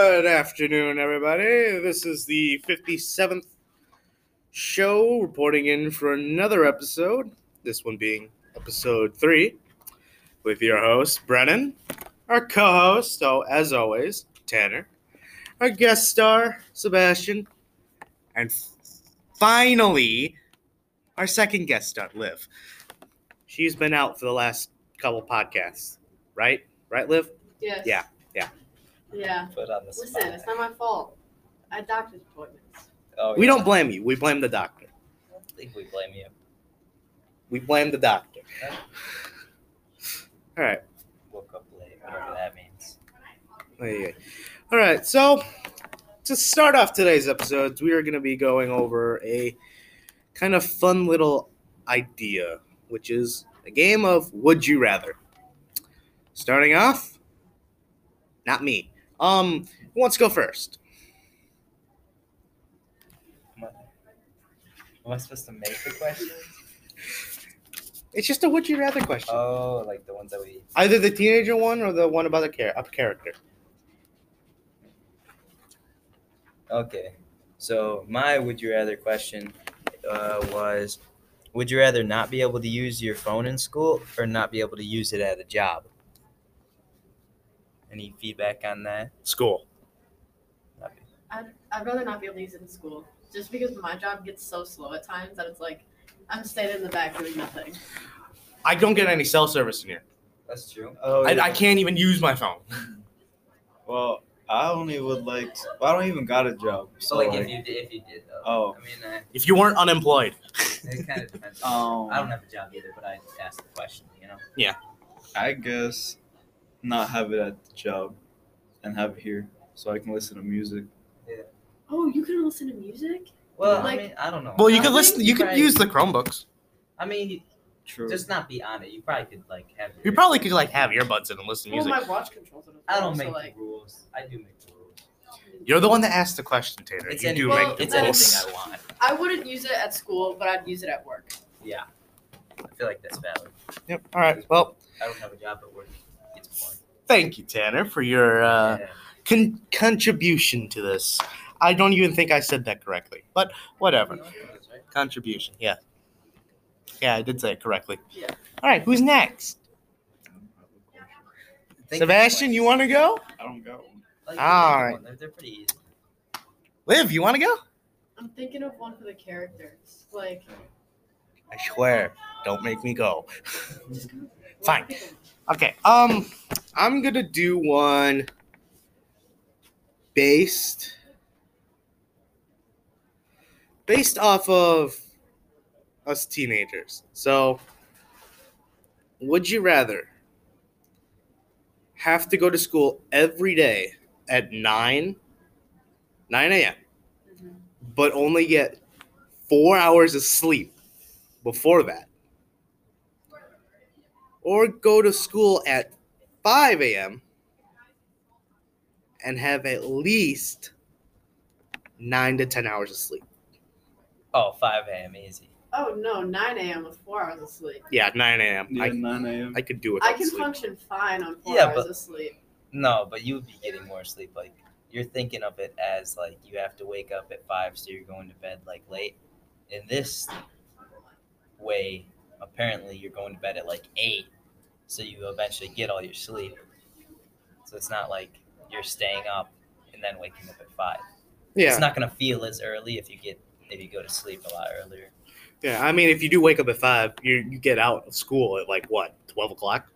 afternoon, everybody. This is the 57th show reporting in for another episode. This one being episode three with your host, Brennan, our co host, oh, as always, Tanner, our guest star, Sebastian, and finally, our second guest star, Liv. She's been out for the last couple podcasts, right? Right, Liv? Yes. Yeah, yeah. Yeah. put on the spot. Listen, it's not my fault. I had doctor's appointments. Oh, We yeah. don't blame you, we blame the doctor. I think we blame you. We blame the doctor. Yeah. All right. Woke up late, whatever that means. Ay, ay. All right. So, to start off today's episodes, we are going to be going over a kind of fun little idea, which is a game of Would You Rather. Starting off, not me. Um, who wants to go first? Am I, am I supposed to make the questions? It's just a Would You Rather question. Oh, like the ones that we. Either the teenager one or the one about the char- a character. Okay. So my would you rather question uh, was, would you rather not be able to use your phone in school or not be able to use it at a job? Any feedback on that? School. I'd, I'd rather not be able to use it in school just because my job gets so slow at times that it's like I'm staying in the back doing nothing. I don't get any cell service in here. That's true. Oh, I, I can't even use my phone. Well, I only would like. I don't even got a job. So like if like, you did, if you did though. Oh. I mean, I, If you weren't unemployed. it kind of depends. um, I don't have a job either, but I asked the question. You know. I guess not have it at the job, and have it here so I can listen to music. Oh, you can listen to music? Well, Like- I mean, I don't know. Well, you I could think listen. You could Right. use the Chromebooks. I mean, True. just not be on it. You probably could like have. You your- probably could like have earbuds in and listen to Well, music. my watch controls it. as I well, don't so, make like, the rules. I do make the rules. You're the one that asked the question, Taylor. It's you any, do well, make the it's rules. anything I want. I wouldn't use it at school, but I'd use it at work. Yeah, I feel like that's valid. Yep. All right. Well, I don't have a job, but work gets boring. thank you, Tanner, for your uh, Yeah. con- contribution to this. I don't even think I said that correctly, but whatever. Contribution. Yeah. Yeah, I did say it correctly. Yeah. All right. Who's next? Think of Sebastian, one. you want to go? I don't got one. All Like, think right. of one. They're, they're pretty easy. Liv, you want to go? I'm thinking of one for the characters. Like, I swear, don't make me go. just go. Fine. Pick 'em. Okay. Um, I'm gonna do one based based off of us teenagers. So, would you rather have to go to school every day at nine nine a.m. Mhm. but only get four hours of sleep before that. Or go to school at 5 a.m. and have at least nine to 10 hours of sleep. Oh, 5 a.m. easy. Oh, no, 9 a.m. with four hours of sleep. Yeah, 9 a.m. Yeah, I, nine a.m. I could do I without can sleep. function fine on four Yeah, hours but- of sleep. No, but you would be getting more sleep. Like you're thinking of it as like you have to wake up at five, so you're going to bed like late. In this way, apparently you're going to bed at like eight, so you eventually get all your sleep. So it's not like you're staying up and then waking up at five. yeah, It's not gonna feel as early if you get if you go to sleep a lot earlier. yeah. I mean, if you do wake up at 5, you, you get out of school at like what, 12 o'clock?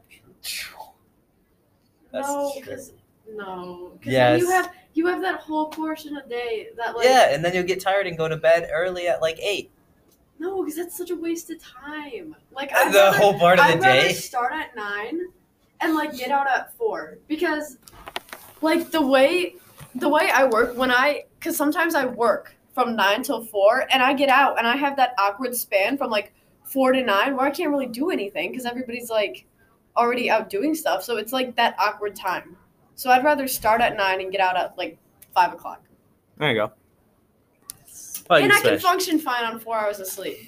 That's No, true. because no, 'cause then Yes. you have you have that whole portion of day that like yeah, and then you'll get tired and go to bed early at like eight. no, because that's such a waste of time. Like I'd the rather, whole part of I'd the rather day. start at nine and like get out at four because like the way the way I work when I because sometimes I work from nine till four and I get out and I have that awkward span from like four to nine where I can't really do anything because everybody's like already out doing stuff. So it's like that awkward time. So I'd rather start at nine and get out at like five o'clock. There you go. and I can function fine on four hours of sleep.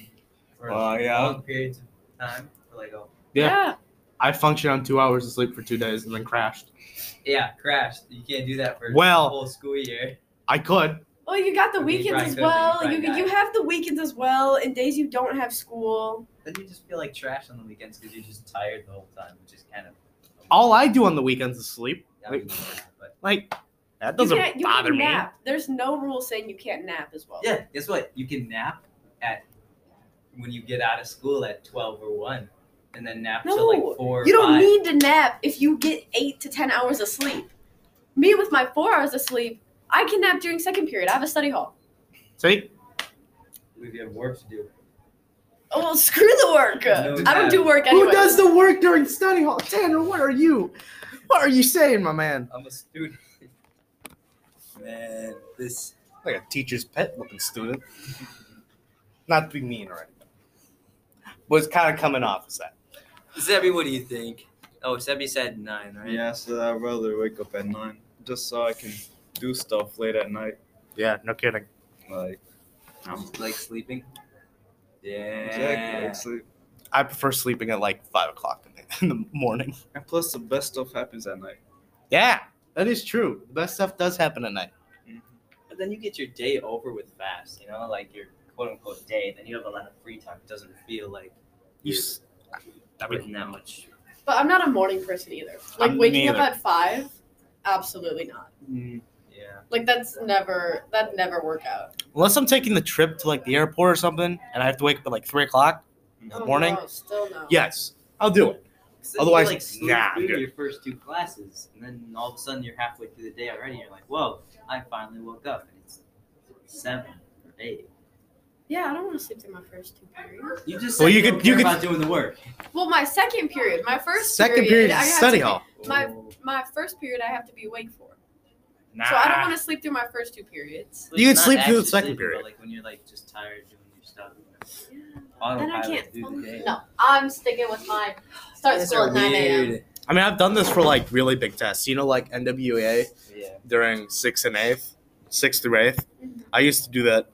For Well, Oh, yeah. long periods of time. For like a Yeah. I functioned on two hours of sleep for two days and then crashed. Yeah, crashed. You can't do that for Well- the whole school year. I could. Well, you got the Okay, you weekends probably as could, but you well. probably You not. you have the weekends as well, and days you don't have school. Then you just feel like trash on the weekends because you're just tired the whole time, which is kind of. All I do on the weekends is sleep. I mean, yeah, but- Like that You doesn't can't you bother can me. nap. There's no rule saying you can't nap as well. yeah, guess what? You can nap at when you get out of school at twelve or one, and then nap till No, like four. Or You don't five. need to nap if you get eight to ten hours of sleep. Me with my four hours of sleep, I can nap during second period. I have a study hall. See, We have work to do. Oh well, screw the work. No I don't nap. do work anyway. who does the work during study hall? Tanner, what are you? What are you saying, my man? I'm a student. Man, this Like a teacher's pet looking student. Not to be mean or anything. But it's kind of coming off as that. Sebby, what do you think? Oh, Sebby said nine, right? Yeah, so I'd rather wake up at nine just so I can do stuff late at night. Yeah, no kidding. Like, Like sleeping. Yeah. exactly. Like sleep. I prefer sleeping at like five o'clock in the, in the morning. And plus, the best stuff happens at night. Yeah, that is true. The best stuff does happen at night. But then you get your day over with fast, you know, like your quote unquote day. Then you have a lot of free time. It doesn't feel like You you're s- putting that much. But I'm not a morning person either. Like I'm waking neither. up at five, absolutely not. Yeah. Like that's never that never work out. unless I'm taking the trip to like the airport or something, and I have to wake up at like three o'clock in the Oh, morning. no, still no. Yes, I'll do it. 'Cause then you, Otherwise, like, sneak nah, I'm through good. your first two classes, and then all of a sudden you're halfway through the day already. And you're like, whoa, I finally woke up, and it's seven or eight. Yeah, I don't want to sleep through my first two periods. You just Well, said you don't could- you care could- about doing the work. Well, my second period, my first Second period, period I is have study to be- hall. My Oh. my first period, I have to be awake for. So I don't want to sleep through my first two periods. You It's could not sleep through the actually second sleeping, but, period. like when you're like just tired doing your stuff. Then I Autopilot can't. through the day. No, I'm sticking with mine. Start Those school are at 9 a.m. weird. I mean, I've done this for like really big tests. You know, like NWA Yeah. during sixth and eighth, sixth through eighth. Mhm. I used to do that,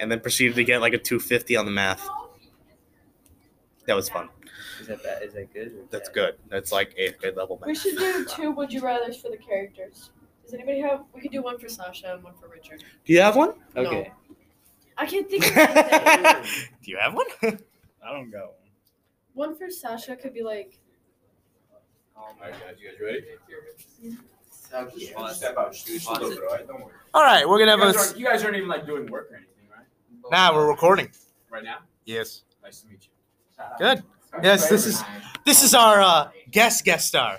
and then proceeded to get like a two fifty on the math. That was fun. Is that bad? Is that good? or That's bad? good. That's like eighth grade level math. We should do two would you rather's for the characters. Does anybody have? We could do one for Sasha and one for Richard. Do you have one? No. Okay. I can't do think of anything. you have one? I don't got one. one for Sasha could be like, Oh my Alright guys, you guys ready? God. Just step out, just do this a little bit, alright? Don't worry. All right, we're gonna You have a. guys, s- aren't, you guys aren't even like doing work or anything, right? Nah, we're recording. Right now? Yes. Nice to meet you. Good. Yes, this is- This is our uh, guest guest star.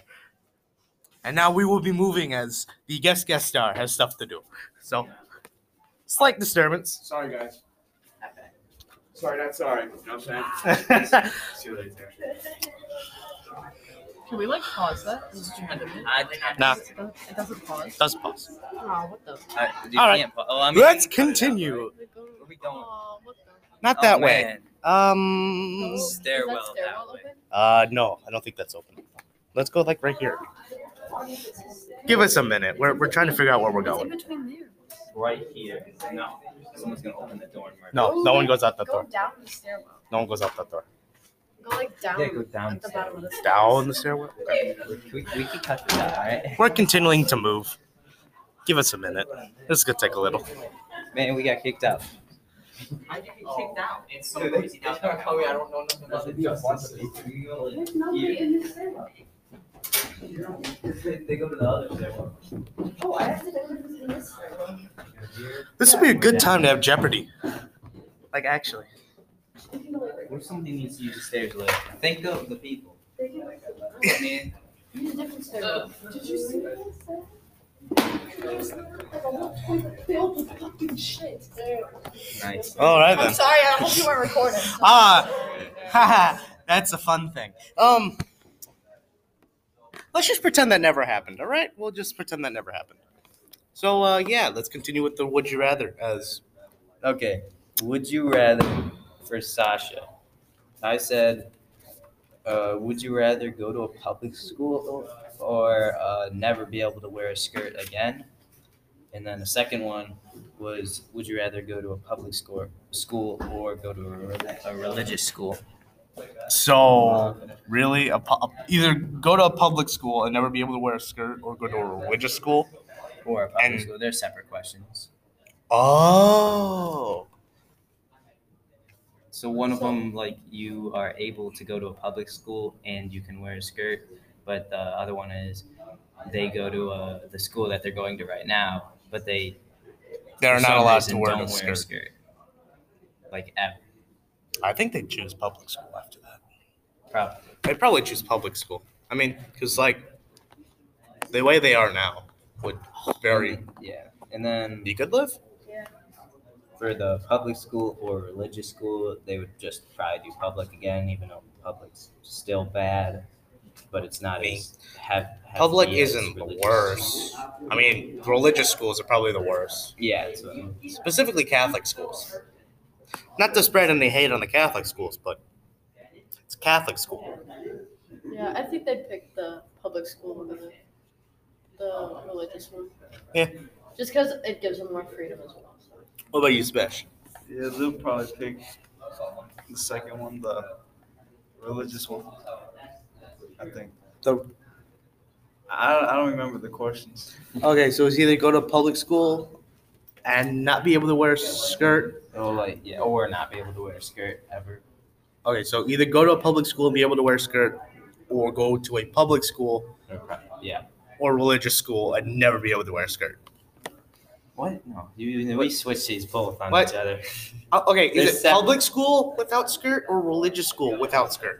And now we will be moving as the guest guest star has stuff to do. So, slight disturbance. Sorry guys. Sorry, not sorry. You know what I'm saying? I See you later. Can we like pause that? This is tremendous. Nah. It doesn't- It doesn't pause. Does pause. Oh, what the? Alright. Oh, I mean, Let's you can cut it out, We continue. go to- right? Where we going? Aw, what the? Not Oh, that way. man. Mm. Um. is that Stairwell that stairwell way. open? Uh, no, I don't think that's open. Let's go like right here. Give us a minute. We're, we're trying to figure out where we're It's in going. between there. Right here. No. Someone's gonna open the door. And murder No, no one goes out that Go door. down the stairwell. No one goes out that door. Go like down Yeah, go down at the the bottom of the stairs. Down the stairway. us. We, we can cut this out, alright? We're continuing to move. Give us a minute. This is gonna take a little. Man, we got kicked out. I get Oh. kicked out. It's so crazy down there. I don't know nothing That's it. They There's nobody in the stairwell. go to the other stairwell. Oh, I have to go to this stairwell. This would be a good time to have Jeopardy. Like actually. They can go like- What if somebody needs to use the stairs later? Think of the people. they can like go- Man, Use a different stairwell. Did you see this? There's like a whole toilet filled with fucking shit. nice. All right then. sorry, I hope you weren't recording. Ah, haha, that's a fun thing. Um, let's just pretend that never happened. All right, we'll just pretend that never happened. So uh, yeah, let's continue with the would you rather as Okay. Would you rather for Sasha? I said, uh, would you rather go to a public school or uh, never be able to wear a skirt again? And then the second one was, would you rather go to a public school, school or go to a, rel- a religious school? like that. So really, a pu- either go to a public school and never be able to wear a skirt, or go to a religious school. Or a public And- school. They're separate questions. Oh, So one of them, like you are able to go to a public school and you can wear a skirt, but the other one is they go to uh, the school that they're going to right now, but they they're for not some allowed to reason wear don't a skirt. Like ever, I think they choose public school after that. probably. They'd probably choose public school. I mean, because like the way they are now would very Yeah, and then you could live. for the public school or religious school, they would just probably do public again, even though public's still bad, but it's not I mean, as have, have Public be as isn't the religious. worst. I mean, religious schools are probably the worst, Yeah, uh, that's what I mean. specifically Catholic schools. Not to spread any hate on the Catholic schools, but it's Catholic school. Yeah, I think they picked the public school over the, the religious one. Yeah. Just because it gives them more freedom as well. so. What about you, Spesh? Yeah, they'll probably pick the second one, the religious one. I think. The- I, I don't remember the questions. Okay, so it's either go to public school and not be able to wear a skirt. Or like yeah, or not be able to wear a skirt ever. Okay, so either go to a public school and be able to wear a skirt, or go to a public school Or pro- yeah. or religious school and never be able to wear a skirt. What? No, you, we switched these both on What? each other. Uh, okay, is There's it seven- public school without skirt or religious school without skirt?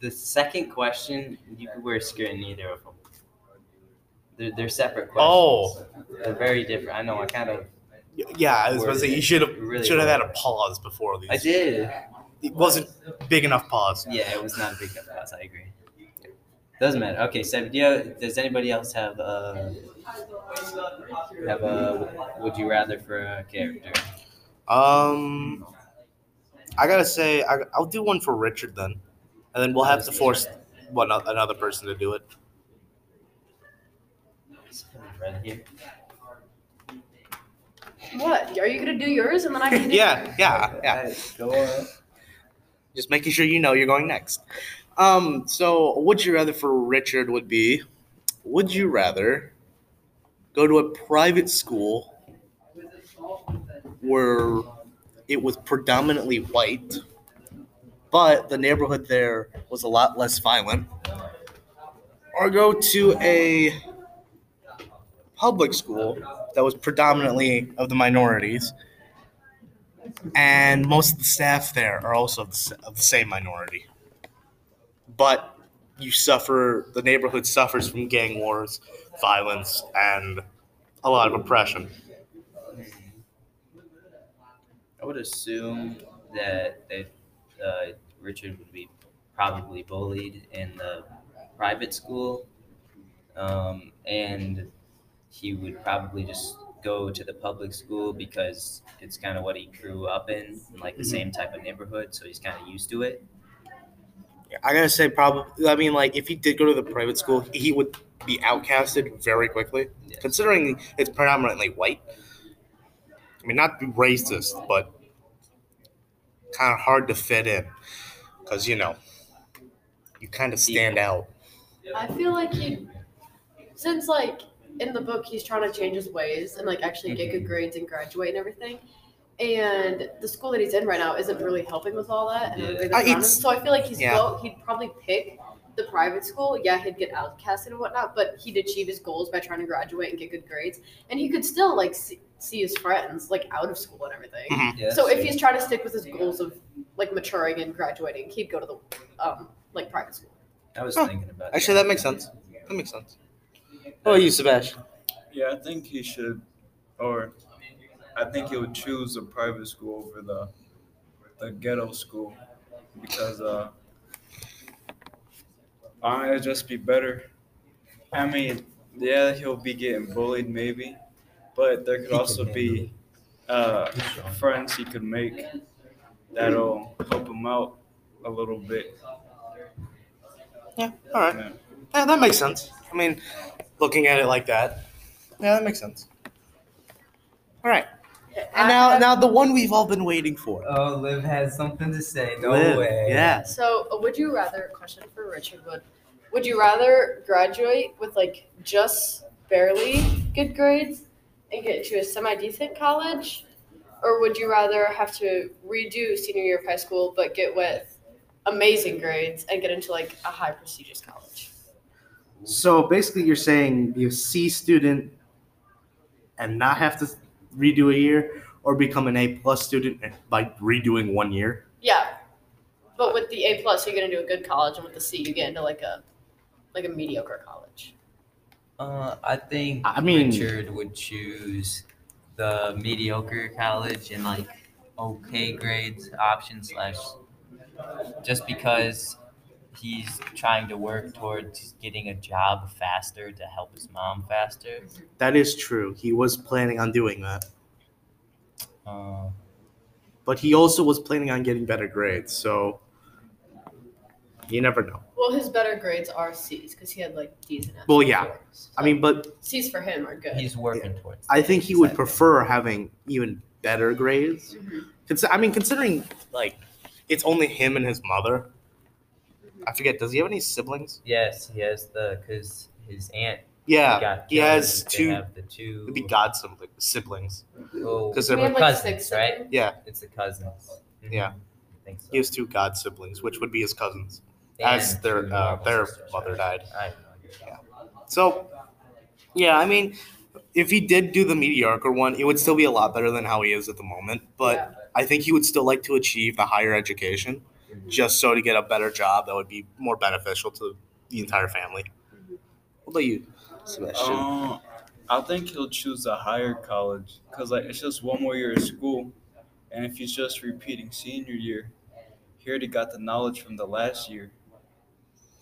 The second question, you could wear a skirt in either of them. They're, they're separate questions. Oh. They're very different. I know. I kind of. Y- Yeah, I was about to say you should have Really should have had a worded. pause before these. I did. It wasn't big enough pause. Yeah, it was not a big enough pass. I agree. Doesn't matter. Okay, so do you, does anybody else have a have a would you rather for a character? Um, I gotta say I, I'll do one for Richard then, and then we'll have to force one o- another person to do it. Right here. What? Are you going to do yours and then I can do mine? Yeah, yeah, yeah. Just making sure you know you're going next. Um, so would you rather for Richard would be would you rather go to a private school where it was predominantly white, but the neighborhood there was a lot less violent, or go to a public school that was predominantly of the minorities, and most of the staff there are also of the, s- of the same minority. But you suffer, the neighborhood suffers from gang wars, violence, and a lot of oppression. I would assume that they, uh, Richard would be probably bullied in the private school, um, and he would probably just go to the public school because it's kind of what he grew up in, in like the Mhm. same type of neighborhood, so he's kind of used to it. I gotta say, probably, I mean, like, if he did go to the private school, he would be outcasted very quickly, Yeah. considering it's predominantly white. I mean, not to be racist, but kind of hard to fit in because, you know, you kind of stand out. I feel like he, since like in the book, he's trying to change his ways and like actually get good grades and graduate and everything. And the school that he's in right now isn't really helping with all that. And Yeah. everything Uh, around him. it's- So I feel like he's yeah. go, he'd probably pick the private school. Yeah, he'd get outcasted and whatnot, but he'd achieve his goals by trying to graduate and get good grades. And he could still like see, see his friends like out of school and everything. Yeah, So if so- he's trying to stick with his goals of like maturing and graduating, he'd go to the um like private school. I was Huh. thinking about Actually, that makes sense. That makes sense. How about Oh, you, Sebastian? Yeah, I think he should, or I think he would choose a private school over the the ghetto school because uh, I mean, it'd just be better. I mean, yeah, he'll be getting bullied maybe, but there could also be uh, friends he could make that'll help him out a little bit. Yeah, all right. Yeah. Yeah, that makes sense. I mean, looking at it like that. Yeah, that makes sense. All right. And now, now the one we've all been waiting for. Oh, Liv has something to say. No Liv, way. Yeah. So, a would you rather question for Richard would would you rather graduate with like just barely good grades and get to a semi decent college, or would you rather have to redo senior year of high school but get with amazing grades and get into like a high prestigious college? So basically, you're saying you C student and not have to redo a year, or become an A plus student by redoing one year. Yeah, but with the A plus, you get into a good college, and with the C, you get into like a like a mediocre college. Uh, I think I mean- Richard would choose the mediocre college and like okay grades option slash just because he's trying to work towards getting a job faster to help his mom faster. That is true. He was planning on doing that, Uh, Um, but he also was planning on getting better grades. So you never know. Well, his better grades are C's because he had like D's and F's. Well, yeah. before, so I mean, but C's for him are good. he's working towards. I that, think he would exactly. prefer having even better grades. Consi- I mean, considering like it's only him and his mother. I forget. Does he have any siblings? Yes, he has the because his aunt. Yeah, got he killed, has they two- Have the two. it'd be god sibli- siblings. oh, Because We they're have like, like cousins, six of right? them. yeah, it's the cousins. Mhm. Yeah. I think so. he has two god siblings, which would be his cousins, as And their two uh, normal their sisters, mother right? died. I have no idea. So, yeah, I mean, if he did do the mediocre one, it would still be a lot better than how he is at the moment. But Yeah. I think he would still like to achieve the higher education, Mhm. just so to get a better job that would be more beneficial to the entire family. Mm-hmm. What about you, Sebastian? Uh, I think he'll choose a higher college because like it's just one more year of school, and if he's just repeating senior year, he already got the knowledge from the last year.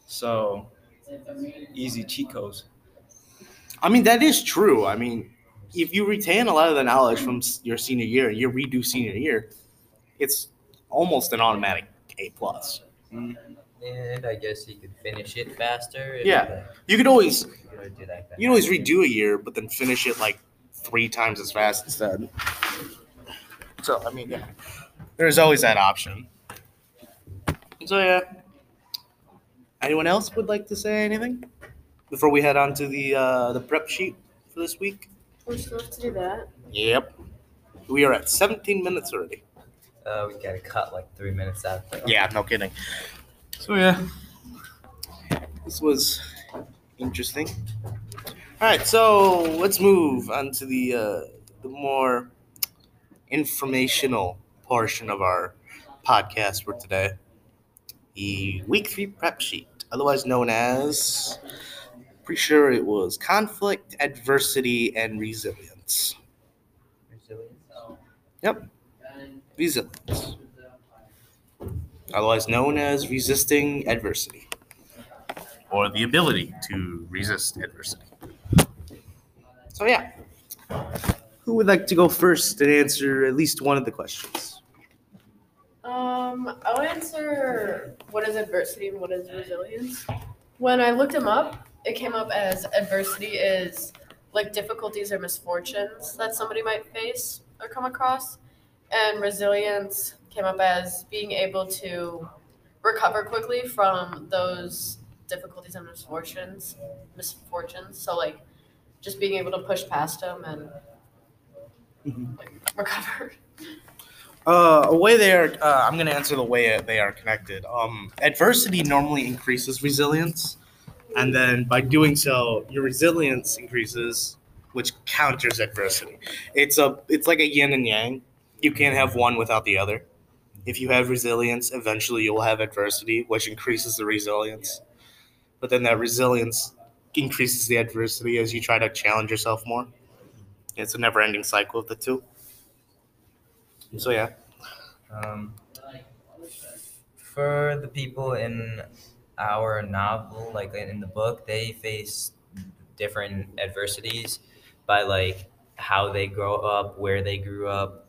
So, easy Chico's. I mean, that is true. I mean, if you retain a lot of the knowledge from s- your senior year and you redo senior year, it's almost an automatic A plus. And I guess he could finish it faster. and, Yeah. You could always like, or do that You can always redo a year, but then finish it like three times as fast instead. So I mean, yeah, there's always that option. So yeah. Anyone else would like to say anything before we head on to the uh, the prep sheet for this week? We still have to do that. Yep. We are at 17 minutes already. Uh, we gotta cut like three minutes out. But Yeah, no kidding. So yeah, this was interesting. All right, so let's move on to the uh, the more informational portion of our podcast for today, the week three prep sheet, otherwise known as. Pretty sure it was conflict, adversity, and resilience. Resilience, otherwise known as resisting adversity, or the ability to resist adversity. So, yeah. Who would like to go first and answer at least one of the questions? Um, I'll answer what is adversity and what is resilience. When I looked them up, it came up as adversity is like difficulties or misfortunes that somebody might face or come across, and resilience came up as being able to recover quickly from those difficulties and misfortunes. Misfortunes, so like just being able to push past them and like, recover. Uh, a way they are. Uh, I'm going to answer the way they are connected. Um, adversity normally increases resilience, and then by doing so, your resilience increases, which counters adversity. It's a. It's like a yin and yang. You can't have one without the other. If you have resilience, eventually you'll have adversity, which increases the resilience. But then that resilience increases the adversity as you try to challenge yourself more. It's a never-ending cycle of the two. So yeah. Um, for the people in our novel, like in the book, they face different adversities by like how they grow up, where they grew up,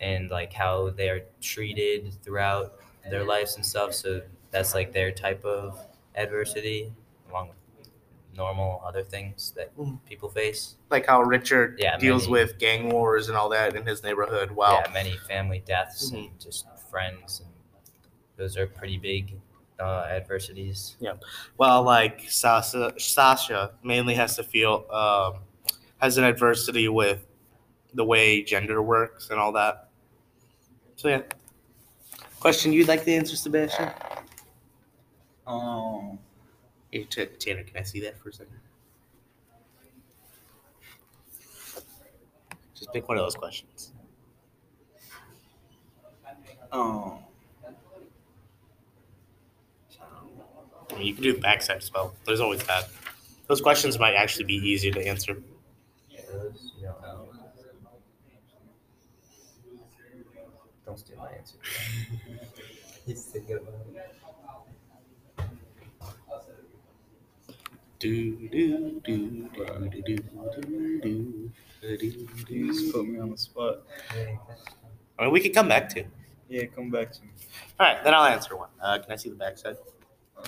and like how they're treated throughout their lives and stuff. So that's like their type of adversity, along with normal other things that Mm. people face. Like how Richard Yeah, deals many- with gang wars and all that in his neighborhood. Wow. Yeah, many family deaths and just friends, and those are pretty big uh, adversities. Well, like Sasha, Sasha mainly has to feel um, has an adversity with the way gender works and all that. So yeah. Question you'd like to answer, Sebastian? Um, Hey, T- Tanner, can I see that for a second? Just pick one of those questions. um, I mean, you can do the backside as well. There's always that. Those questions might actually be easier to answer. Those you don't know. um, Don't steal my answer. He's thinking about it. Do, do, do, do, do, do, do, do, do, do, you do. just put me on the spot. I mean, we could come back to. Yeah, come back to me. All right, then I'll answer one. Uh, can I see the backside? Oh,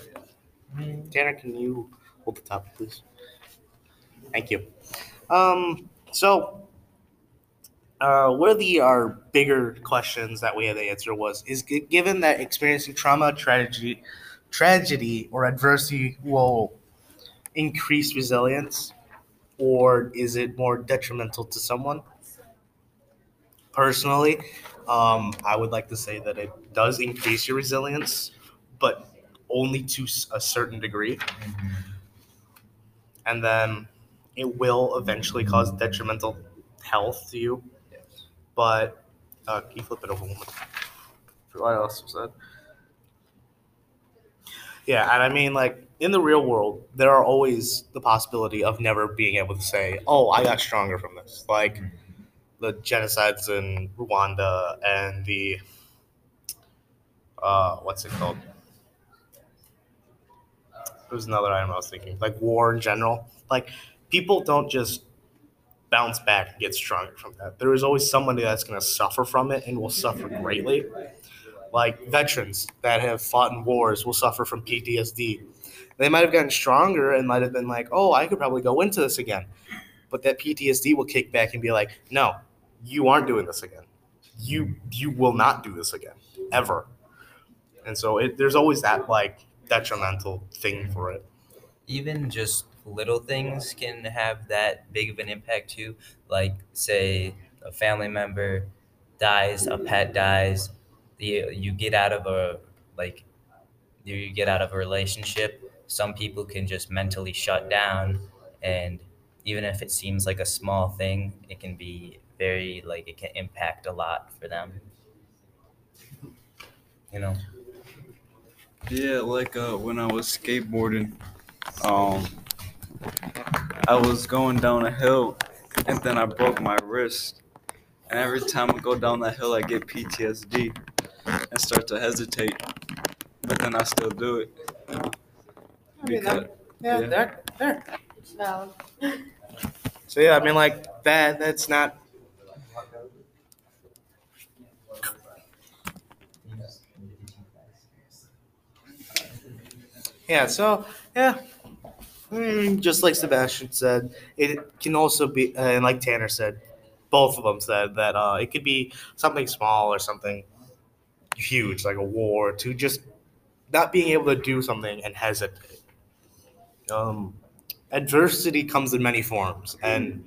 yeah. Tanner, can you hold the topic, please? Thank you. Um, so, uh, one of the our bigger questions that we had to answer was: Is g- given that experiencing trauma, tragedy, tragedy, or adversity will increase resilience, or is it more detrimental to someone? Personally, um, I would like to say that it does increase your resilience, but only to s- a certain degree, and then it will eventually cause detrimental health to you. But uh, can you flip it over one more time? What else was that? Yeah, and I mean, like in the real world, there are always the possibility of never being able to say, "Oh, I got stronger from this." Like the genocides in Rwanda and the uh, what's it called? There was another item I was thinking, like war in general. Like people don't just bounce back and get stronger from that. There is always somebody that's going to suffer from it and will suffer greatly. Like veterans that have fought in wars will suffer from PTSD. They might have gotten stronger and might have been like, "Oh, I could probably go into this again," but that PTSD will kick back and be like, "No, you aren't doing this again. You you will not do this again ever." And so it, there's always that like detrimental thing for it. even just little things can have that big of an impact too. Like, say, a family member dies, a pet dies, you, you get out of a like, you- you get out of a relationship. Some people can just mentally shut down, and even if it seems like a small thing, it can be very like it can impact a lot for them. You know. Yeah, like uh, when I was skateboarding, um, I was going down a hill, and then I broke my wrist. And every time I go down that hill, I get PTSD and start to hesitate. But then I still do it. Because, yeah, Yeah. there, there. It's valid. So yeah, I mean, like that. That's not. Yeah. So yeah. Mm, just like Sebastian said, it can also be, uh, and like Tanner said, both of them said that uh, it could be something small or something huge, like a war, to just not being able to do something and hesitate. Um, adversity comes in many forms and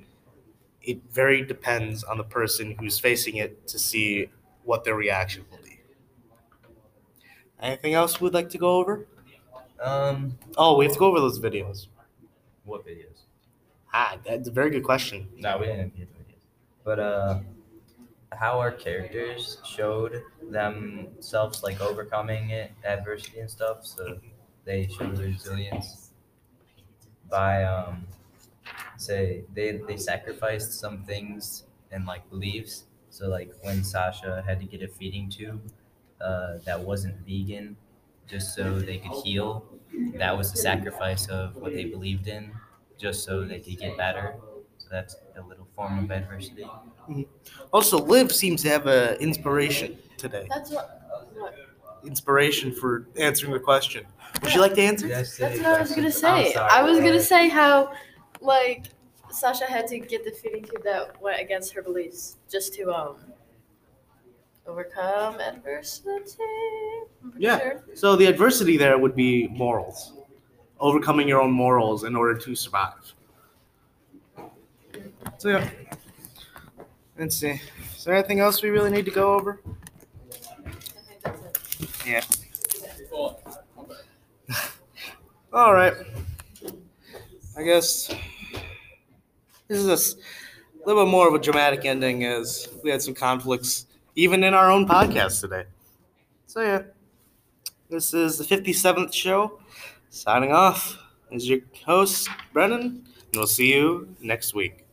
it very depends on the person who's facing it to see what their reaction will be anything else we'd like to go over Um. oh we have to go over those videos What videos? ah that's a very good question No, we didn't get the ideas. But uh, how our characters showed themselves like overcoming it, adversity and stuff. So they showed their resilience by um, say they they sacrificed some things and like beliefs. So like when Sasha had to get a feeding tube uh, that wasn't vegan, just so they could heal. That was a sacrifice of what they believed in, just so they could get better. So that's a little form of adversity. also liv seems to have a inspiration today That's what. what- inspiration for answering the question. Would you like to answer? Yes, That's it what I was is. gonna I'm say. sorry. I was gonna say how, like, Sasha had to get the feeding tube that went against her beliefs just to um overcome adversity. I'm pretty Yeah. sure. So the adversity there would be morals, overcoming your own morals in order to survive. So yeah. Let's see. Is there anything else we really need to go over? I think that's it. All right. I guess this is a s- little bit more of a dramatic ending as we had some conflicts even in our own podcast today. So, yeah, this is the 57th show. Signing off is your host, Brennan, and we'll see you next week.